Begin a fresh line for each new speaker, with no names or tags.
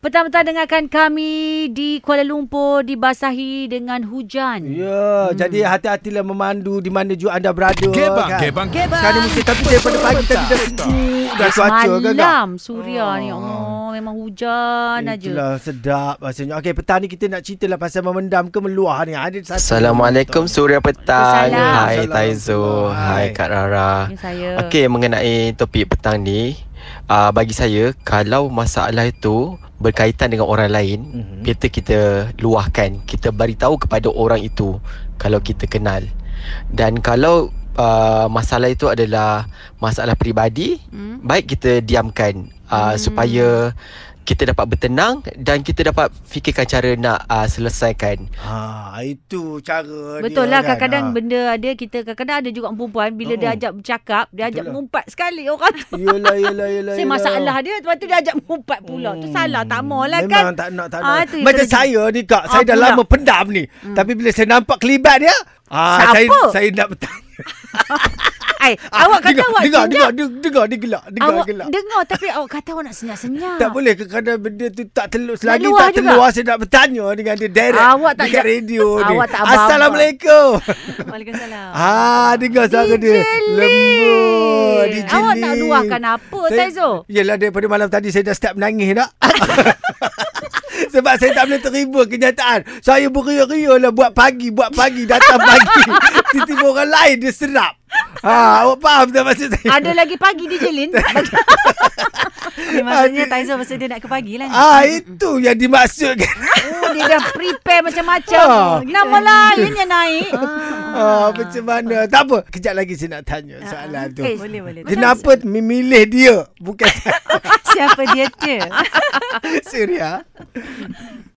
Petang-petang dengarkan kami di Kuala Lumpur dibasahi dengan hujan.
Ya, hmm. jadi hati-hatilah memandu di mana juga anda berada. kan?
Gebang, gebang,
Gebang.
Sekarang mesti tapi daripada pagi tadi dah sejuk dah cuaca kan. Kak?
Malam suria oh. ni. Allah, memang hujan aja.
Itulah sedap rasanya. Okey, petang ni kita nak ceritalah pasal memendam ke meluah ni. Ada satu.
Assalamualaikum Surya Petang
Waalaikumsalam.
Hai Taizo
Hai.
Hai Kak Rara
Ini saya.
Okey mengenai topik petang ni uh, Bagi saya Kalau masalah itu Berkaitan dengan orang lain
Mhm.
mm-hmm. Kita kita luahkan Kita beritahu kepada orang itu Kalau kita kenal Dan kalau uh, Masalah itu adalah Masalah peribadi
Hmm?
Baik kita diamkan uh,
Hmm.
hmm. Supaya kita dapat bertenang dan kita dapat fikirkan cara nak uh, selesaikan.
Ha, itu cara
Betul
dia
lah kadang-kadang
kan.
benda ada kita kadang-kadang ada juga perempuan bila dia
Mm-mm.
ajak bercakap dia ajak
Betul lah.
mengumpat sekali orang tu.
Ha. Oh. Yelah, yelah, yelah.
Saya
yelah.
masalah dia Lepas tu dia ajak mengumpat pula Tu salah tak maulah kan
Memang tak nak tak
Ah,
nak.
tu yang
Macam
terjadi.
saya ni kak,
Ah,
saya dah
pula. Hmm.
lama pendam ni. Tapi bila saya nampak kelibat dia, ah
Siapa?
saya saya nak bertanya.
Ay, Eh,
Ah,
Awak kata
dengar,
awak
dengar,
senyap
dengar, dengar, dengar, dia gelak, dengar,
Awak
gelak.
dengar Tapi awak kata awak nak senyap-senyap
Tak boleh ke kadang benda tu tak telur selagi
luar
tak
Ah. juga.
telur saya nak bertanya dengan dia direct
Awak tak
dekat
ja-
radio ni.
Awak tak abang.
Assalamualaikum.
Waalaikumsalam.
ah, dengar suara
DJ
dia.
Lee.
Lembut. DJ
Awak tak
Lee.
luahkan apa, Taizo?
Yelah daripada malam tadi saya dah start menangis dah. Sebab saya tak boleh terima kenyataan. Saya beria-ria lah buat pagi, buat pagi, datang pagi. Tiba-tiba orang lain dia serap. Ha, awak faham tak maksud saya?
Ada lagi pagi DJ Lin Bagi-
Ini maksudnya Taizo masa dia nak ke pagi lah ni.
Ah, itu yang dimaksudkan.
Oh, Dia dah prepare macam-macam
Ah.
Nama lain yang naik
Ah, macam mana? Tak apa. Kejap lagi saya nak tanya soalan tu.
Eh,
Boleh, boleh.
Kenapa memilih dia? Bukan saya.
Siapa dia tu?
Surya.